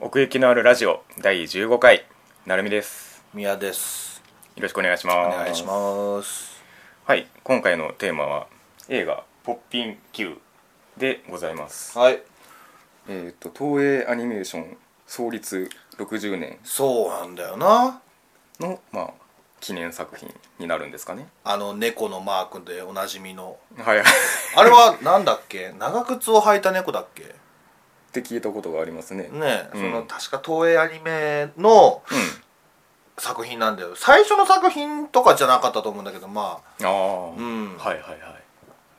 奥行きのあるラジオ第15回なるみです宮ですよろしくお願いしますお願いしますはい今回のテーマは映画「ポッピン Q」でございますはいえっ、と東映アニメーション創立60年そうなんだよなのまあ記念作品になるんですかねあの猫のマークでおなじみのはいはいっあ れはなんだっけ長靴を履いた猫だっけて聞いたことがありますねねえ、うんその確か東映アニメの作品なんだよ最初の作品とかじゃなかったと思うんだけどまあああ、うんはいはいはい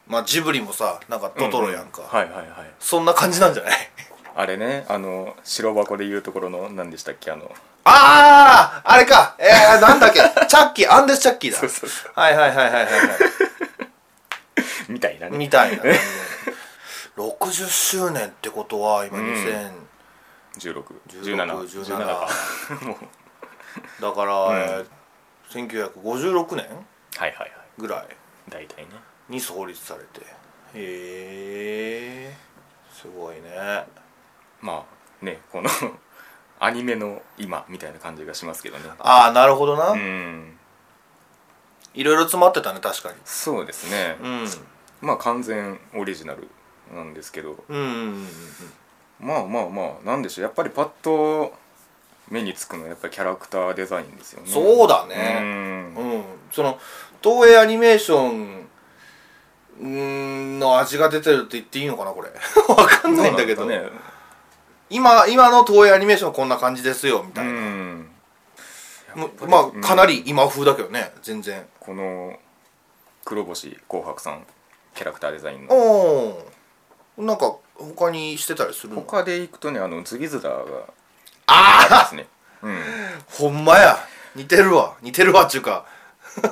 まあジブリもさなんかトトロやんか、うはいはいはいそんな感じなん じゃないあれねあの白箱でいうところの何でしたっけあのあああれかえー、なんだっけチャッキーアンデスチャッキーだそうそうそはいはいはいはいはい、はいみたいなねみたい な感じで60周年ってことは今うん2000、 1617 17か もうだから、えー1956は年いはいはいぐらい大体ねに創立されてへえすごいねまあねこの アニメの今みたいな感じがしますけどねああなるほどな、うんいろいろ詰まってたね確かにそうですね、うんまあ完全オリジナルなんですけどうんうんうんまあまあまあなんでしょうやっぱりパッと目につくのはやっぱりキャラクターデザインですよねそうだうねんうん、その東映アニメーションうーんの味が出てるって言っていいのかなこれ わかんないんだけどうなんかね今今の東映アニメーションこんな感じですようみたいな、んむぱりまうあんかなり今風だけどね全然この黒星紅白さんキャラクターデザインのおおなんか他にしてたりするの他でいくとねあのズギズダーがあありますね、ほんまや似てるわ似てるわっちゅうかうん、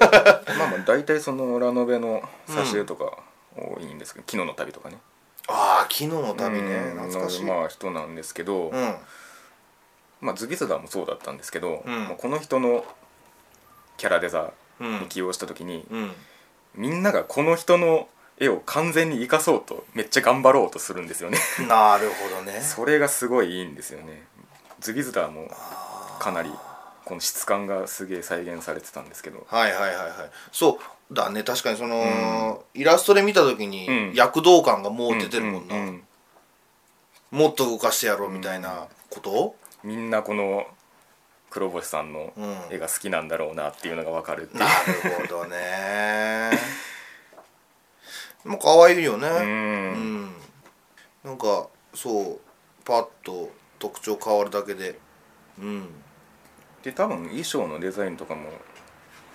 まあまあ大体そのラノベの挿絵とか多いんですけど「昨日の旅」とかねああ昨日の旅ねうん懐かしい、のまあ人なんですけど、うんまあ、ズギズダーもそうだったんですけど、うんまあこの人のキャラデザうんに起用した時に、うんみんながこの人の絵を完全に生かそうとめっちゃ頑張ろうとするんですよねなるほどねそれがすごいいいんですよねズギズダーもかなりこの質感がすげえ再現されてたんですけどはいはいはいはいそうだね確かにその、イラストで見た時うんに躍動感がもう出てるもんな、ううもっと動かしてやろうみたいなこと、みんなこの黒星さんのうん絵が好きなんだろうなっていうのが分かるっていうなるほどねもう可愛いようねうん、んなんかそうパッと特徴変わるだけでうんで多分衣装のデザインとかも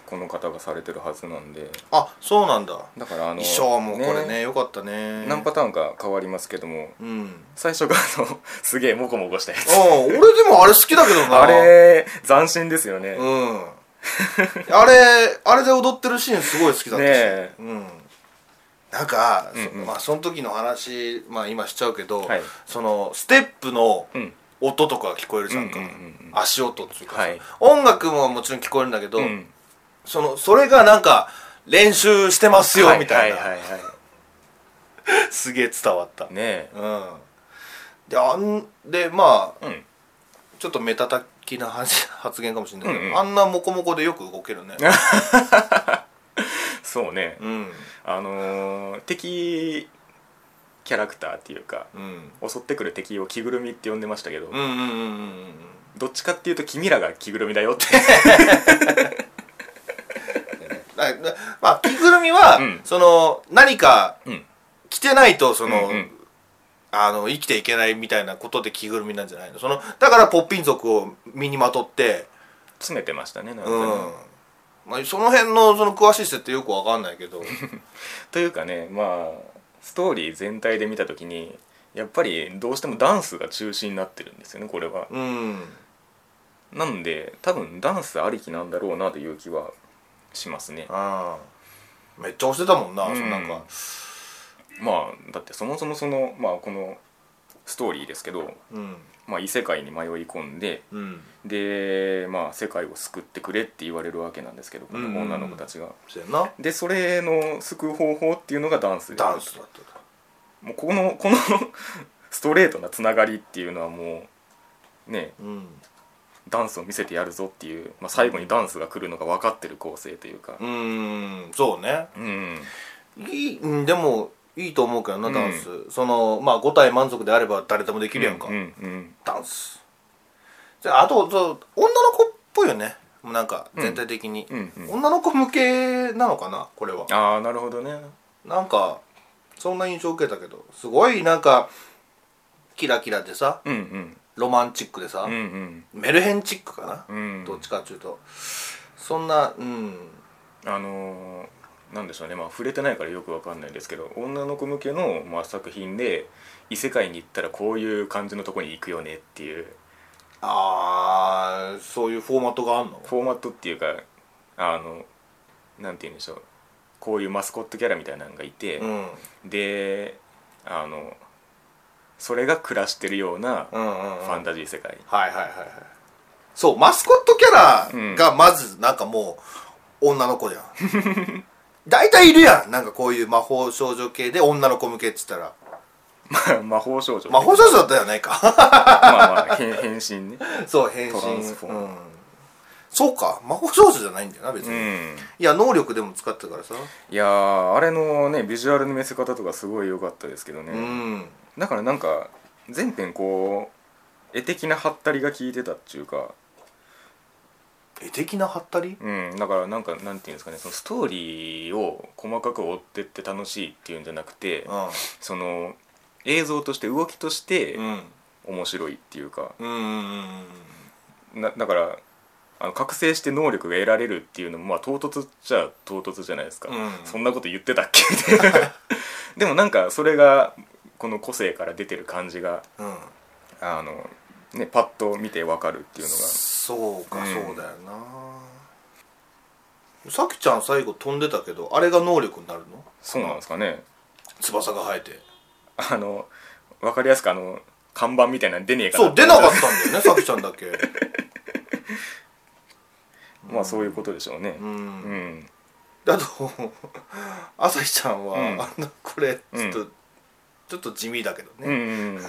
この方がされてるはずなんであそうなんだだからあの衣装もこれね良かったね何パターンか変わりますけどもうん最初があの すげえモコモコしたやあつあ俺でもあれ好きだけどなあれ斬新ですよね、うんあれあれで踊ってるシーンすごい好きだったねし、えうんなんか、そうんうんまあその時の話まあ今しちゃうけど、はいそのステップのうん音とかが聞こえるじゃんか、うんうんうんうん足音っていうかさ、はい音楽ももちろん聞こえるんだけど、うんそのそれがなんか練習してますよみたいな、はいはいはいはすげえ伝わった、いねえうんであんでまあうんちょっとメタ的な話 発言かもしれないけど、うんうんあんなモコモコでよく動 けるねそうねうんあのー敵キャラクターっていうかうん襲ってくる敵を着ぐるみって呼んでましたけど、うんうんうんうんうんどっちかっていうと君らが着ぐるみだよって だだまあ着ぐるみは、うんその何かうん着てないとその、うんうんあの生きていけないみたいなことで着ぐるみなんじゃないのそのだからポッピン族を身にまとって詰めてましたねなんうかんね、、まあ、その辺のその詳しい設定よくわかんない けどというかねまあストーリー全体で見た時にやっぱりどうしてもダンスが中心になってるんですよねこれはうんなので多分ダンスありきなんだろうなという気はしますねあーめっちゃ押してたもんな、うんそのなんかまあだってそもそもそのまあこのストーリーですけど、うんまあ、異世界に迷い込んでうんでまあ世界を救ってくれって言われるわけなんですけどこの女の子たちが、そうやなでそれの救う方法っていうのがダンスでダンスだったと もうこのこのストレートなつながりっていうのはもうねうんダンスを見せてやるぞっていう、まあ、最後にダンスが来るのが分かってる構成というかうーんそうねうんいいうんでもいいと思うけどなうんダンス、そのまあ5体満足であれば誰でもできるやんか、うんうんダンスじゃああとそう女の子っぽいよねなんかうん全体的に、うんうん女の子向けなのかなこれはああなるほどねなんかそんな印象受けたけどすごいなんかキラキラでさうんうんロマンチックでさ、うんうんメルヘンチックかな、うんどっちかっていうとそんなうんあのーなんでしょうねまあ触れてないからよくわかんないですけど女の子向けの、まあ、作品で異世界に行ったらこういう感じのとこに行くよねっていうあーそういうフォーマットがあんのフォーマットっていうかあのなんて言うんでしょうこういうマスコットキャラみたいなのがいて、うんであのそれが暮らしてるようなうフんうん、うん、ァンタジー世界、はいはいはいはいそうマスコットキャラがまずなんかもう女の子じゃん 大体いるやんなんかこういう魔法少女系で女の子向けっつったら 魔法少女 魔法少女だったよねか まあまあ変変身ねそう変身トランスフォームうん、そうか魔法少女じゃないんだよな別うに、いんや能力でも使ってたからさいやーあれのねビジュアルの見せ方とかすごい良かったですけどね、うんだからなんか全編こう絵的なハったりが効いてたっていうか絵的なハったりうんだからなんかなんていうんですかねそのストーリーを細かく追ってって楽しいっていうんじゃなくて、うその映像として動きとしてんうん面白いっていうか、うんうんうんなだからあの覚醒して能力が得られるっていうのもまあ唐突っちゃ唐突じゃないですか、うんそんなこと言ってた っけみたいなでもなんかそれがこの個性から出てる感じがうんあのねパッと見てわかるっていうのがそうか、うんそうだよなさきちゃん最後飛んでたけどあれが能力になるのそうなんですかね翼が生えてあのわかりやすくあの看板みたいなの出ねえかなそう出なかったんだよねさきちゃんだけまあそういうことでしょうねううんんであと朝日ちゃんは、うんあのこれちょっと、うちょっと地味だけどうんうね、ん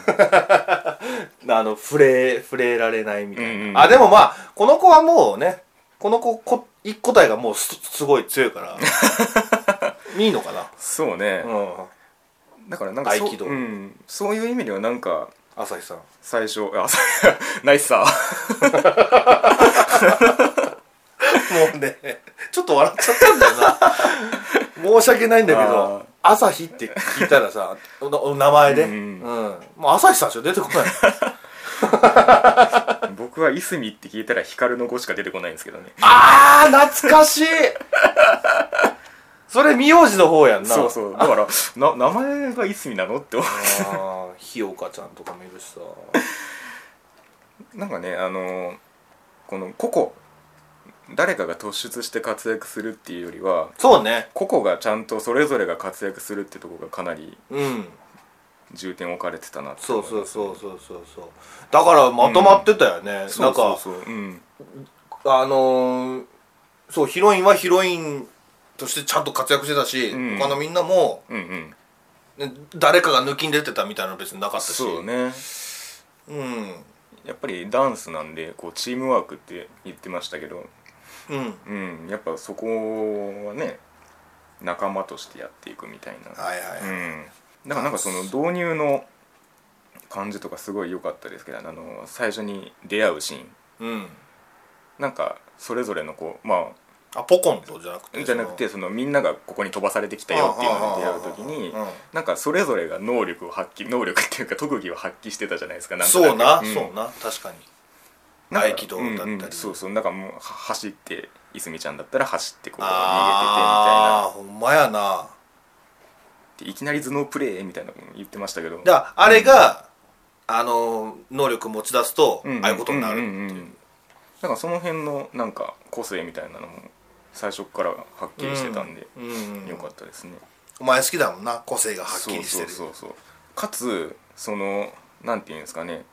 あの触れ触れられないみたいな、うんうんあでもまあこの子はもうねこの子こ一個体がもうすすごい強いから いいのかな、そうね、うん、だからなんかそう合気道うん、そういう意味ではなんか朝日さん最初あ さナイスさもうね、ちょっと笑っちゃったんだよな。申し訳ないんだけあーど、朝日って聞いたらさ、おお名前で、ううんんもう朝日さんしか出てこない。 僕はいすみって聞いたら光の語しか出てこないんですけどねあー、懐かしいそれ、名字の方やんな。そうそうだからな名前がいすみなのって思あーひよかちゃんとかもいるしさ。う なんかねあのーこの個々誰かが突出して活躍するっていうよりはそうね。個々がちゃんとそれぞれが活躍するってとこがかなりうん。重点置かれてたなってそ思ういますそうそうそうそうそう。だから、まとまってたよね。そなんうそうか、そううんあのーそう、ヒロインはヒロインとしてちゃんと活躍してたし、うん他のみんなも、うんうんね誰かが抜きに出てたみたいなの別になかったしそうねうんやっぱりダンスなんでこうチームワークって言ってましたけどうんうん、やっぱそこはね仲間としてやっていくみたいな、はいはい、うん、だからなんかその導入の感じとかすごい良かったですけどあの最初に出会うシーンうん、なんかそれぞれのこうまあポコンとじゃなくあてじゃなくてそのみんながここに飛ばされてきたよっていうのに出会う時にうんなんかそれぞれが能力を発揮能力っていうか特技を発揮してたじゃないですかなんとそうな、なくんそうな確かになんか合気道だったりうんうんそうそうなんかもうは走っていすみちゃんだったら走ってこう逃げててみたいなああーほんまやなでいきなり頭脳プレーみたいなこと言ってましたけどだからあれが、あのー能力持ち出すと、うんああいうことになるってうんうんうんいうう、んだからその辺のなんか個性みたいなのも最初からはっきりしてたんで、うんよかったですねお前好きだもんな個性がはっきりしてるそうそうそうそうかつそのなんていうんですかね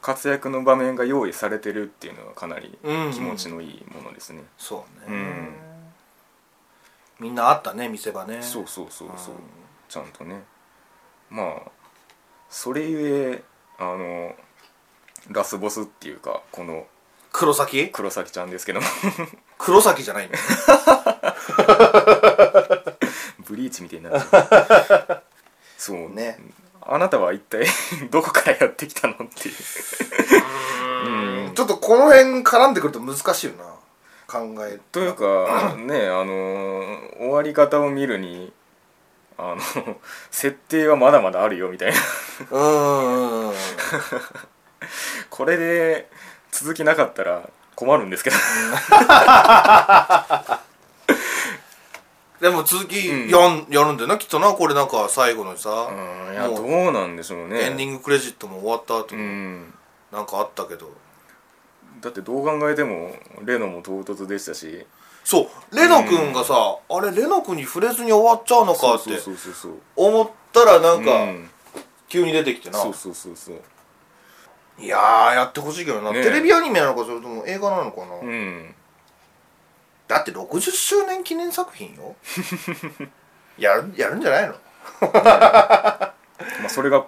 活躍の場面が用意されてるっていうのはかなりうんうん気持ちのいいものですね、そうね、うんみんなあったね見せ場ねそうそうそうそううんちゃんとねまあそれゆえあのラスボスっていうかこの黒崎黒崎ちゃんですけども黒崎じゃないのブリーチみたいになっちゃう そうねあなたは一体 どこからやってきたのっていうちょっとこの辺絡んでくると難しいよな考えという かねあのー終わり方を見るにあの 設定はまだまだあるよみたいな うーんこれで続きなかったら困るん ですけどでも続きやん、やるんだよなきっとなこれなんか最後のさ、うんいやもうどうなんでしょうねエンディングクレジットも終わった後、うんなんかあったけどだってどう考えてもレノも唐突でしたしそうレノ君がさ、あれレノ君に触れずに終わっちゃうのそうかってそうそうそうそう思ったらなんうかん急に出てきてな、そうそうそうそういやーやってほしいけどな、ねえテレビアニメなのかそれとも映画なのかな、うんだって60周年記念作品よ やるやるんじゃないのまあ、それが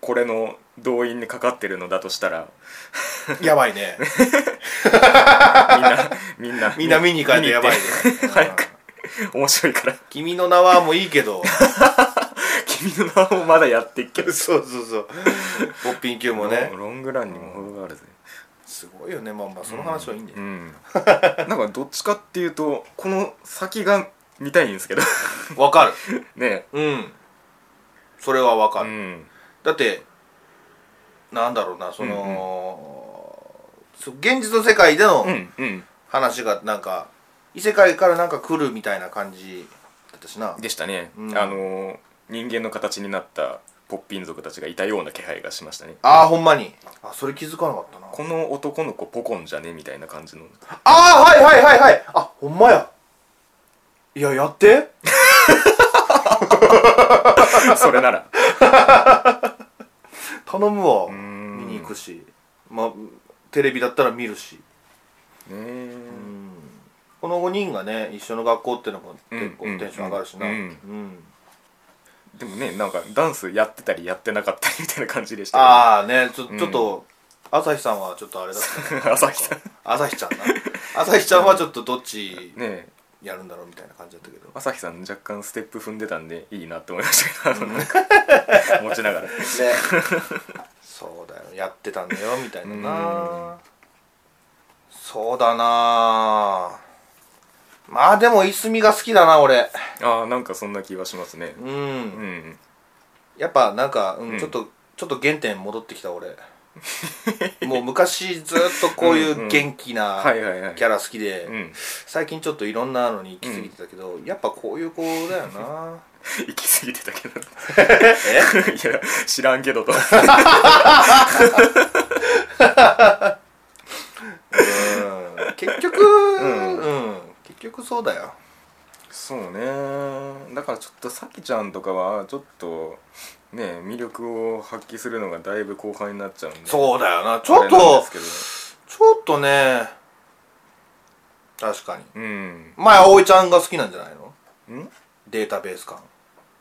これの動員にかかってるのだとしたらやばいね みんなみんな見に行かないとやばいね、うん面白いから君の名はもういいけど君の名をまだやってっけど そうそうそうポッピン Q もねロングランにも程があるぜすごいよねまあまあその話はいいんだよ、うんなんかどっちかっていうとこの先が見たいんですけど わかるねうんそれはわかうる、んだってなんだろうなその、そう現実の世界でのうんうん話がなんか異世界からなんか来るみたいな感じだったしなでしたね、うんあのー人間の形になったポッピン族たちがいたような気配がしましたねああほんまにあそれ気づかなかったなこの男の子ポコンじゃねみたいな感じのああーはいはいはいはいあほんまやいややってそれな ら頼むわん見に行くしまあテレビだったら見るしねーこの5人がね一緒の学校ってのも結構うんテンション上がるしなううんん、でもねなんかダンスやってたりやってなかったりみたいな感じでしたよああねちょちょっと、朝日さんはちょっとあれだったね 朝日さん朝日ちゃんな朝日ちゃんはちょっとどっちねえやるんだろうみたいな感じだった けど朝日さん若干ステップ踏んでたんでいいなって思いましたけど、あのなんか 持ちながらねそうだよやってたんだよみたいななそうだなまあでもいすみが好きだな俺ああなんかそんな気はしますねうん、うんやっぱなんか、うんうんちょっとちょっと原点戻ってきた俺 もう昔ずっとこういんううんう元気なはいはいはいキャラ好きで、うん最近ちょっといろんなのに行き過ぎてたけど、やっぱこういう子だよな 行き過ぎてたけど えいや知らんけどとうん結局、んうん、結局そうだよそうねだからちょっとさきちゃんとかはちょっとね魅力を発揮するのがだいぶ後半になっちゃうんでうそうだよなちょっとちょっとね確かにうん前葵ちゃんが好きなんじゃないのんデータベース感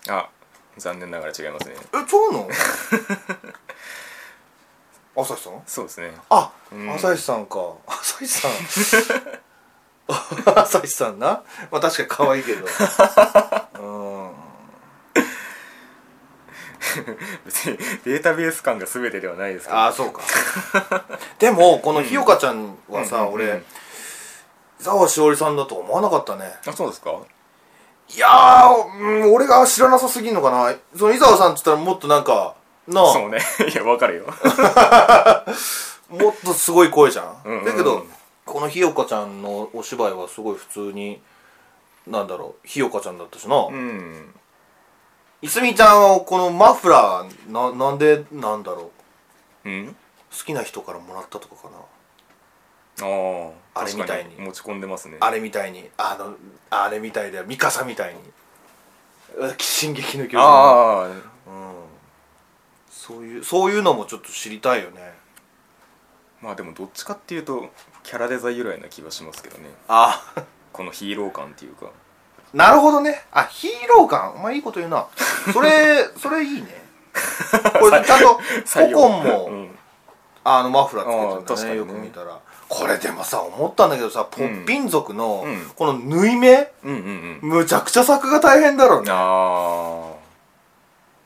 あ残念ながら違いますねえそ うなの朝日さんそうですねあ、うん朝日さんか朝日 さん朝日さんなまあ確かに可愛いけどうん別にデータベース感が全てではないですけど ああそうか でもこのひよかちゃんはさ、うんうんうん俺澤しおりさんだと思わなかったねあそうですかいやー、うん、俺が知らなさすぎんのかなその伊沢さんって言ったらもっとなんかなあそうね いやわかるよもっとすごい声じゃん,、うんうんだけどこのひよかちゃんのお芝居はすごい普通になんだろうひよかちゃんだったしな、うんいすみちゃんはこのマフラーななんでなんだろううん好きな人からもらったとかかなあああれみたいに持ち込んでますねあれみたいにあのあれみたいだよミカサみたいにうわ進撃の巨人ああそういうそういうのもちょっと知りたいよねまあでもどっちかっていうとキャラデザ由来な気はしますけどねあこのヒーロー感っていうか なるほどねあヒーロー感お前いいこと言うな それそれいいねこれちゃんとポコンもうんあのマフラーあーつけ確てかるにねよく見たらこれでもさ思ったんだけどさポッピン族のうんこの縫い目、うんうんむちゃくちゃ作が大変だろううんねあ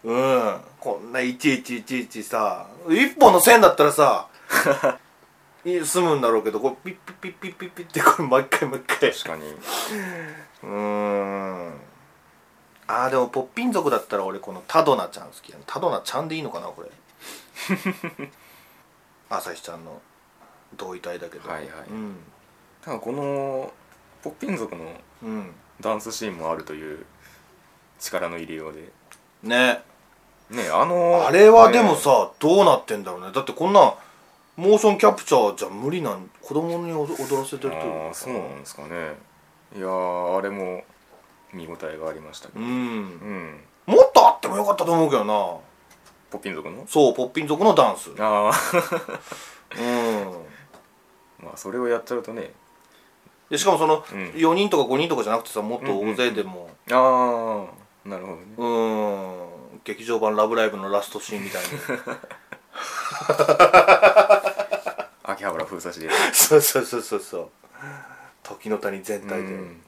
うんこんないちいちいちいちさ一本の線だったらさい済むんだろうけどこれピッピッピッピッピッピッってこれ毎回毎あ回確かにうーんあーでもポッピン族だったら俺このタドナちゃん好きやねタドナちゃんでいいのかなこれ朝日ちゃんの同位体だけどはいはいうんただこのポッピン族のうんダンスシーンもあるという力の入れようでねねあのあれはでもさ、どうなってんだろうねだってこんなモーションキャプチャーじゃ無理なん子供に踊らせてるってことああそうなんですかねいやーあれも見応えがありましたけうどんうんもっとあってもよかったと思うけどなポッピン族のそうポッピン族のダンスうんああ まあそれをやっちゃうとねでしかもそうのん4人とか5人とかじゃなくてさもっと大勢でもああなるほどねうん劇場版「ラブライブ!」のラストシーンみたいに 秋葉原封鎖しでそうそうそうそうそう時の谷全体で、うん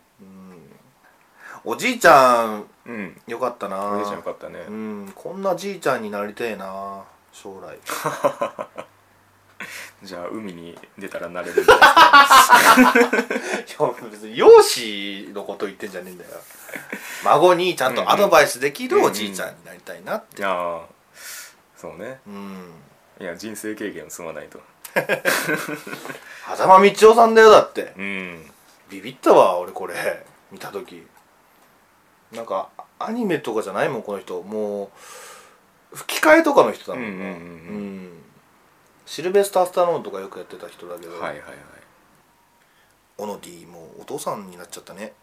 おじいちゃんうんよかったなお姉ちゃんよかったねうんこんなじいちゃんになりてえな将来じゃあ海に出たらなれるんじゃないですか 別に容姿のこと言ってんじゃねえんだよ孫にちゃんとアドバイスできるおじいちゃんになりたいなっていやーそうねうんいや人生経験積まないと狭間道夫さんだよだってうんビビったわ俺これ見た時なんかアニメとかじゃないもんこの人もう吹き替えとかの人だもんなうんうんうんううんシルベスター・スタローンとかよくやってた人だけど、はいはいはいオノディもうお父さんになっちゃったね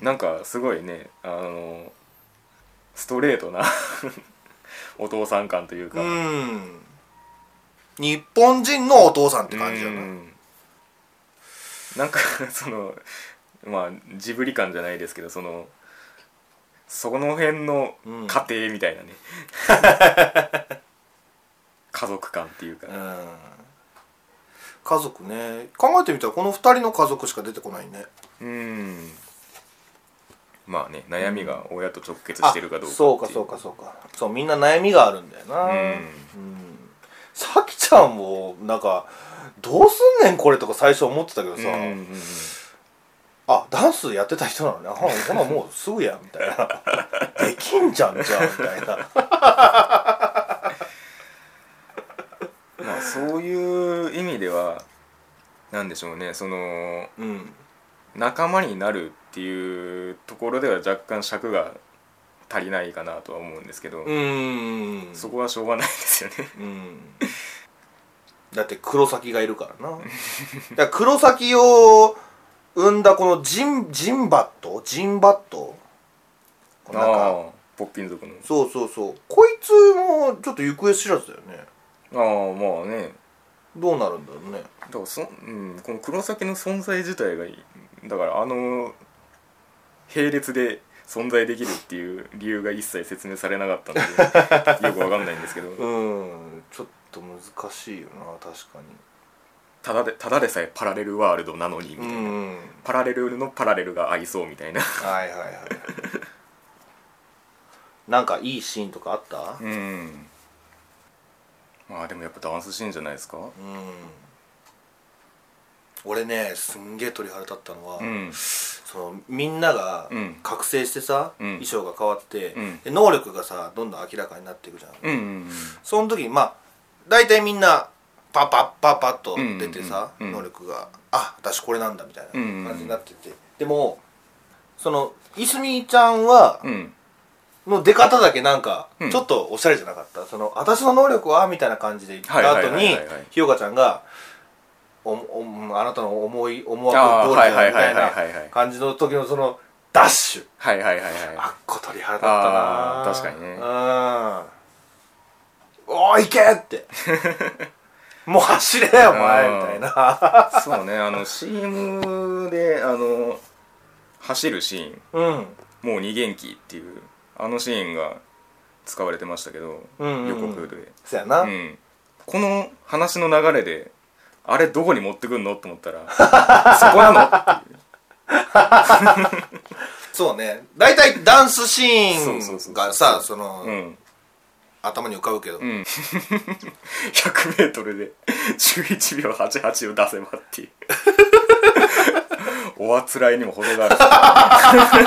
なんかすごいねあのストレートな お父さん感というか、うん日本人のお父さんって感じだうなんなんかそのまあジブリ感じゃないですけどそのその辺のうん家庭みたいなね、 家族感っていうか、うん家族ね考えてみたらこの2人の家族しか出てこないねうんまあね悩みが親と直結してるかどうかっていあそうかそうかそうかそうみんな悩みがあるんだよなうんうんさきちゃんもなんかどうすんねんこれとか最初思ってたけどさ、うんうんうんあダンスやってた人なのねあほなもうすぐやみたいな できんじゃんじゃんみたいなまあそういう意味ではなんでしょうねそのうん仲間になるっていうところでは若干尺が足りないかなとは思うんですけど、うん そこはしょうがないですよねうんだって黒崎がいるからな だから黒崎を生んだこのジンジンバットジンバットこのなんかああポッピン族のそうそうそうこいつもちょっと行方知らずだよねああまあねどうなるんだろうねだからそ、うん、この黒崎の存在自体がいいだからあの並列で存在できるっていう理由が一切説明されなかったのでよくわかんないんですけどうんちょっと難しいよな確かただでただでさえパラレルワールドなのにみたいにうな、んパラレルのパラレルがありそうみたいなはいはいはいなんかいいシーンとかあったうんまあでもやっぱダンスシーンじゃないですかうん俺ねすんげえ鳥肌立ったのは、うんそのみんながうん覚醒してさ、うん衣装が変わって、うんで能力がさどんどん明らかになっていくじゃん、うんうんその時にまあ大体みんなパパッパッパッと出てさ、うんうんうん能力があ私これなんだみたいな感じになってて、でもそのいすみちゃんはうんうんの出方だけなんかうんちょっとおしゃれじゃなかった、その私の能力はみたいな感じで言った後はいはいにはいはいはいひよかちゃんがおおあなたの思い思惑あー通りだはいみはたいはいいはいはいはない感じの時のそのダッシュはいはいはいはいあっこ鳥肌だったなあー確かにねうんおー行けって もう走れよお前みたいな そうねあの CM であの走るシーンうん「もう二元気」っていうあのシーンが使われてましたけど、うんうんうん予告で、そやな、うん、この話の流れであれどこに持ってくんのと思ったらそこなのっていうそうね大体ダンスシそうそうーそンうがさその、うん頭に浮かぶけど、ん 100m で11秒88を出せば っていうおあつらいにも程がある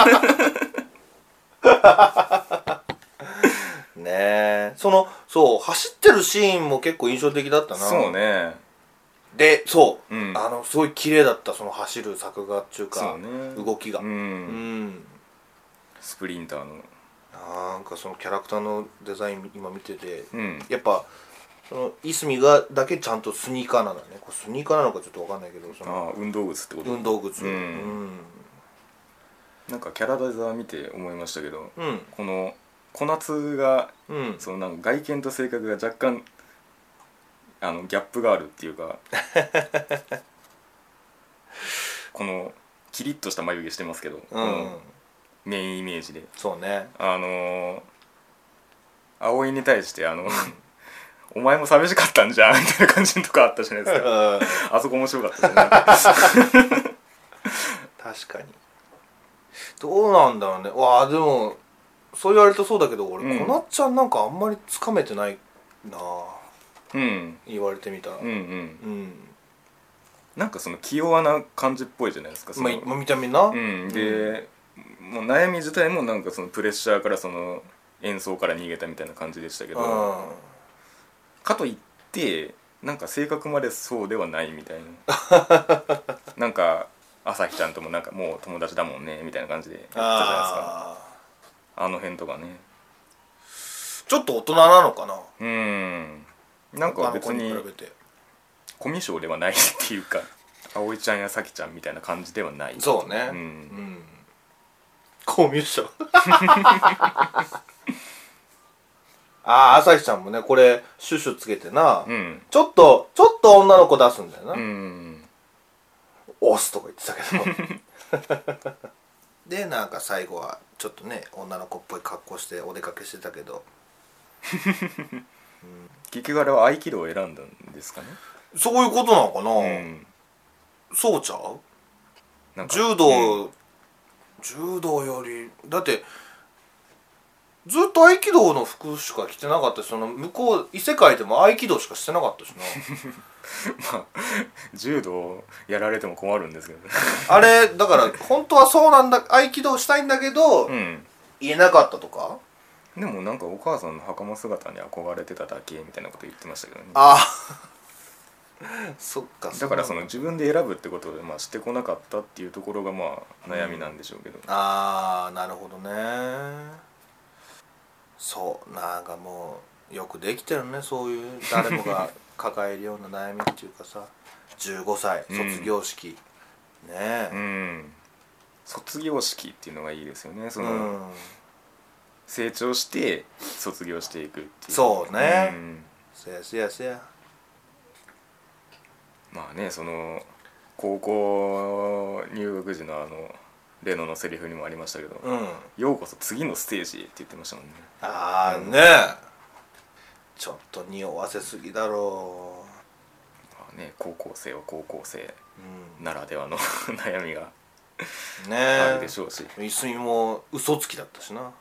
ねえそのそう走ってるシーンも結構印象的だったなそうねでそう、うんあのすごい綺麗だったその走る作画っていうそかうね動きがううんんスプリンターのなんかそのキャラクターのデザイン今見てて、うんやっぱそのいすみがだけちゃんとスニーカーなんだねこれスニーカーなのかちょっとわかんないけどそのああ運動靴ってこと運動靴ううんん、なんかキャラデザー見て思いましたけどうんこの小夏がうんそのなんか外見と性格が若干あのギャップがあるっていう かこのキリッとした眉毛してますけど、うん、このメインイメージでそう ねあのー、葵に対してあの 「お前も寂しかったんじゃん」みたいな感じのとこあったじゃないですかあそこ面白かったじゃない 確かにどうなんだろうねわあでもそう言われるとそうだけど俺、うんこなっちゃんなんかあんまりつかめてないなあうん言われてみたらうんうんうん、なんかその気弱な感じっぽいじゃないですかそまのあまあ見た目な、うん、で、もう悩み自体もなんかそのプレッシャーからその演奏から逃げたみたいな感じでしたけうどんかといってなんか性格までそうではないみたい ななんか朝日ちゃんともなんかもう友達だもんねみたいな感じで言ってたじゃないですかああの辺とかねーちょっと大人なのかなうんなん他かの別子にに比べてコミュ障ではないっていうか葵ちゃんや咲ちゃんみたいな感じではないそうねうんんコミュ障 ああ朝日ちゃんもねこれシュシュつけてな、うんちょっとちょっと女の子出すんだよな、うん押すとか言ってたけど でなんか最後はちょっとね女の子っぽい格好してお出かけしてたけど結局あれは合気道を選んだんですかねそういうことなのかな、うんそうちゃうなんか柔道、柔道よりだってずっと合気道の服しか着てなかったしその向こう異世界でも合気道しかしてなかったし 柔道やられても困るんですけどねなあれだから本当はそうなんだ合気道したいんだけど、うん言えなかったとかでもなんかお母さんの袴姿に憧れてただけみたいなこと言ってましたけどねああ そっかだからそのうなん自分で選ぶってことでまあしてこなかったっていうところがまあ悩みなんでしょうけど、ああなるほどねそうなんかもうよくできてるねそういう誰もが抱えるような悩みっていうかさ15歳うん卒業式、ねうえん卒業式っていうのがいいですよねうその、ん、成長して卒業していくっていうそうねんせやせやせやまあねその高校入学時のあのレノのセリフにもありましたけど、うんようこそ次のステージへって言ってましたもんねああねえちょっと匂わせすぎだろまあね高校生は高校生う、うならではの 悩みがん、ねあえるでしょうし、いすみも嘘つきだった しな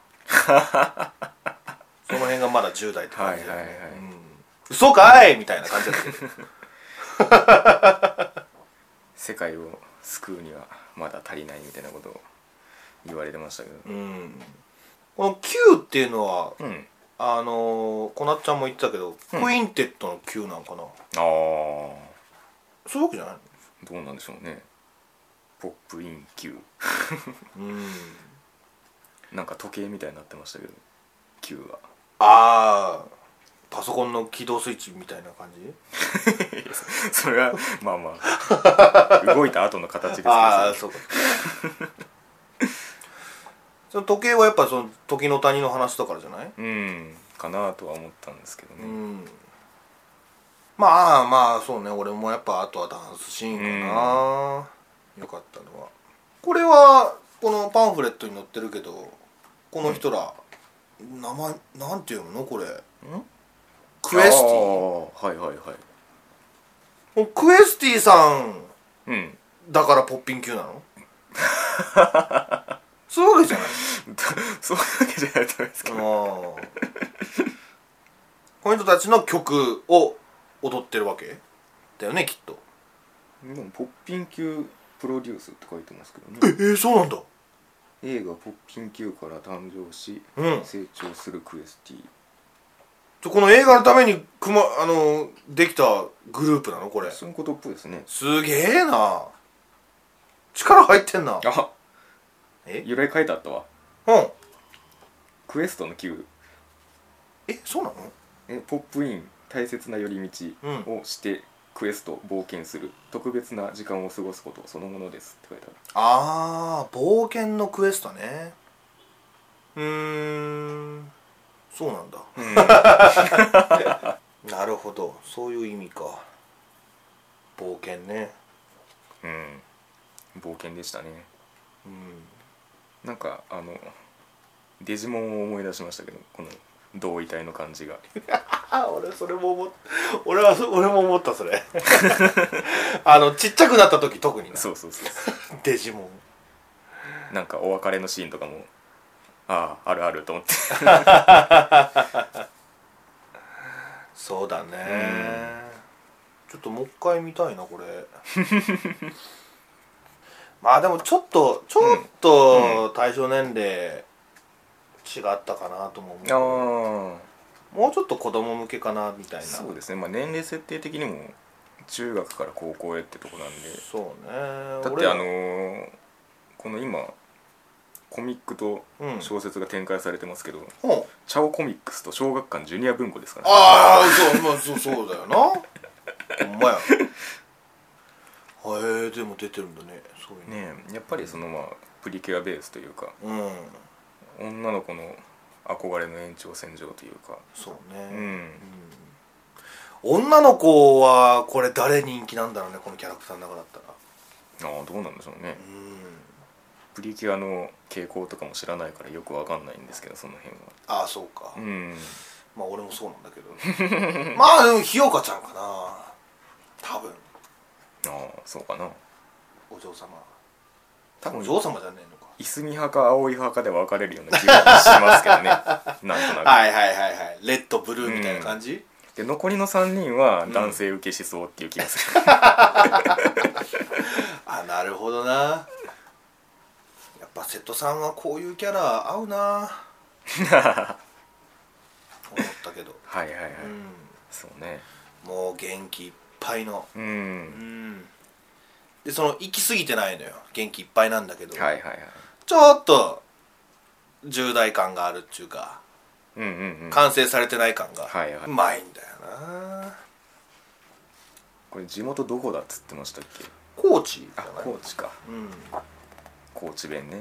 その辺がまだ10代って感じだよね、はいはいはいうん嘘かいみたいな感じだった けど世界を救うにはまだ足りないみたいなことを言われてましたけどうんこの Q っていうのはうんあのー、こなっちゃんも言ってたけど、クインテットの Q なんかなああどそういうわけじゃないうなんでしょうねポップイン Q のうんなんか時計みたいになってましたけど Q はああパソコンの起動スイッチみたいな感じ それはまあまあ動いた後の形ですけどああそそうか その時計はやっぱその時の谷の話だからじゃないれうんかなとは思ったんですけどうねんまあまあそうね俺もやっぱあとはダンスシーンかな、よかったのはこれはこのパンフレットに載ってるけどこの人ら、名前なんていうのこれんクエスティあーはいはいはいもうクエスティさんうん だからポッピン級なのそういうわけじゃないそういうわけじゃないと思いますけ どあーこの人たちの曲を踊ってるわけだよねきっとでも「ポッピン級プロデュース」って書いてますけどええねーそうなんだ映画「ポッピン級」から誕生しうん成長するクエスティじゃこの映画のためにくまあのできたグループなのこれそういうことっぽいですねすげえな力入ってんなあえ由来書いてあったわうんクエストの Q えそうなのえポップイン大切な寄りうん道をしてクエスト冒険する特別な時間を過ごすことそのものですって書いてあるあー冒険のクエストねうーんそうなんだなるほどそういう意味か冒険ねうん、冒険でしたねうんなんかあのデジモンを思い出しましたけどこの同位体の感じがあ俺それも思っ俺はそ俺も思ったそれ あのちっちゃくなった時特になそうそうそうそデジモンうなんかお別れのシーンとかもあああるあると思ってそうだねちょっともう一回見たいなこれ まあでもちょっとちょっと対象年齢違ったかなとも思うけど、あもうちょっと子供向けかなみたいなそうですねまあ年齢設定的にも中学から高校へってとこなんでそうねだって俺あのーこの今コミックとうん小説が展開されてますけど、うんチャオコミックスと小学館ジュニア文庫ですから、ね、ああそうまあそうそうだよなほん まやへえでも出てるんだねそういうねねえやっぱりそのまあプリキュアベースというかうん女の子の憧れの延長線上というかそううね、ん女の子はこれ誰人気なんだろうねこのキャラクターの中だったらああどうなんでしょうねうんプリキュアの傾向とかも知らないからよくわかんないんですけどその辺はああそうか、うんまあ俺もそうなんだけど まあでもひよかちゃんかな多分ああそうかなお嬢様多お分嬢様じゃねえのかいすみ派か青い派かで分かれるような気がしますけど ねなんとなく、はいはいはいはいレッドブルーみたいな感じ、で残りの3人は男性受けしそうっていう気がする、あなるほどなやっぱ瀬戸さんはこういうキャラ合う な思ったけど、はいはいはい、うそうねん、もう元気いっぱいのうん、うんでその行き過ぎてないのよ元気いっぱいなんだけど、はいはいはいちょっと重大感があるっていうかうんうんうん完成されてない感が、はいはいうまいんだよなこれ地元どこだっつってましたっけ高知じゃあない高知かうん、高知弁ね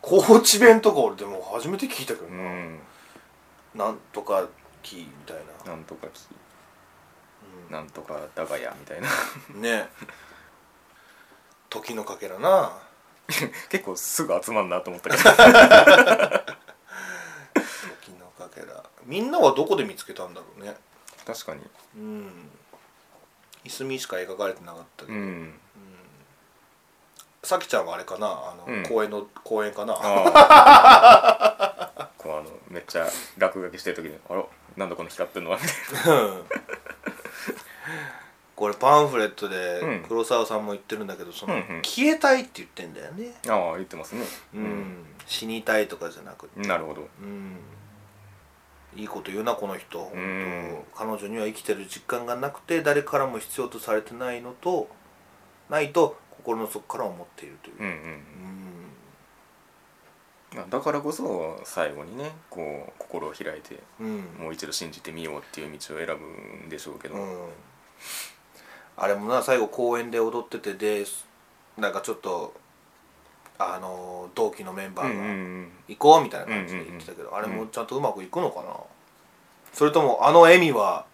高知弁とか俺でも初めて聞いたけどうな、んなんとか木みたいななんとかきなんとかだがやみたいな ね時のかけらな結構すぐ集まんなと思ったけど時のかけらみんなはどこで見つけたんだろうね 確かにうんいすみしか描かれてなかったけうどんさきちゃんはあれかなあの、うん公園の公園かなああ こうあのめっちゃ落書きしてる時に「あらなんだこの光ってんの は」みたいうん これパンフレットうでん黒沢さんも言ってるんだけどその、うんうん消えたいって言ってんだよね、なああ言ってますねうん、死にたいとかじゃなくて、なるほどうん、いいこと言うなこの人、本当うん彼女には生きてる実感がなくて誰からも必要とされてないのとないと心の底から思っているという、うんううんん、まあだからこそ最後にねこう心を開いてうんもう一度信じてみようっていう道を選ぶんでしょうけど、うん、あれもな最後公園で踊っててでなんかちょっとあの同期のメンバうんうーんうがん行こうみたいな感じで言ってたけど、うんうあんうれんもちゃんとうまくいくのかな、それともあの笑みは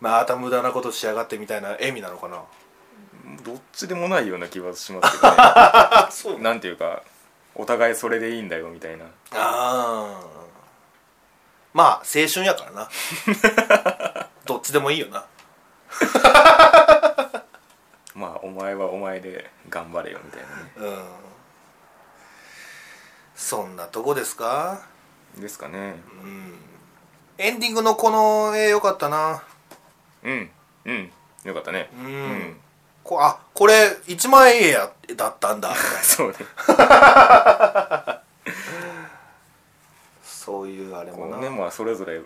また無駄なことしやがってみたいな笑みなのかなどっちでもないような気はしますけどね あそうなんていうかお互いそれでいいんだよみたいなああまあ青春やからな どっちでもいいよなまあお前はお前で頑張れよみたいなねうんそんなとこですかですかねエンディングのこの絵よかったなうんうんよかったねうん、うんこあこれ一万円絵やだったんだそうねそういうあれもこなうねまあそれぞれ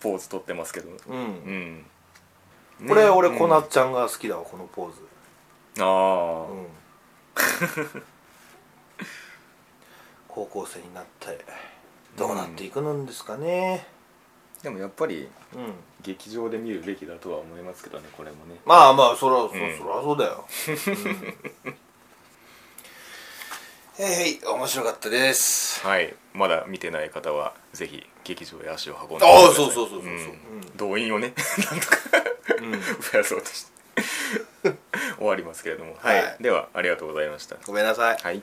ポーズ取ってますけどう、うんんこれ俺ここなっちゃんが好きだわこのポーズあ うん高校生になってどうなっていくんですかねあでもやっぱりうん、劇場で見るべきだとは思いますけどねこれもねまあまあそらそそうんらそうだ よ、 うん、へいへい面白かったですはいまだ見てない方はぜひ劇場へ足を運んでああそうそうそうそうんそう、うん動員をね なんとか増やそうとして終わりますけれどもはいはい、ではありがとうございましたごめんなさいはい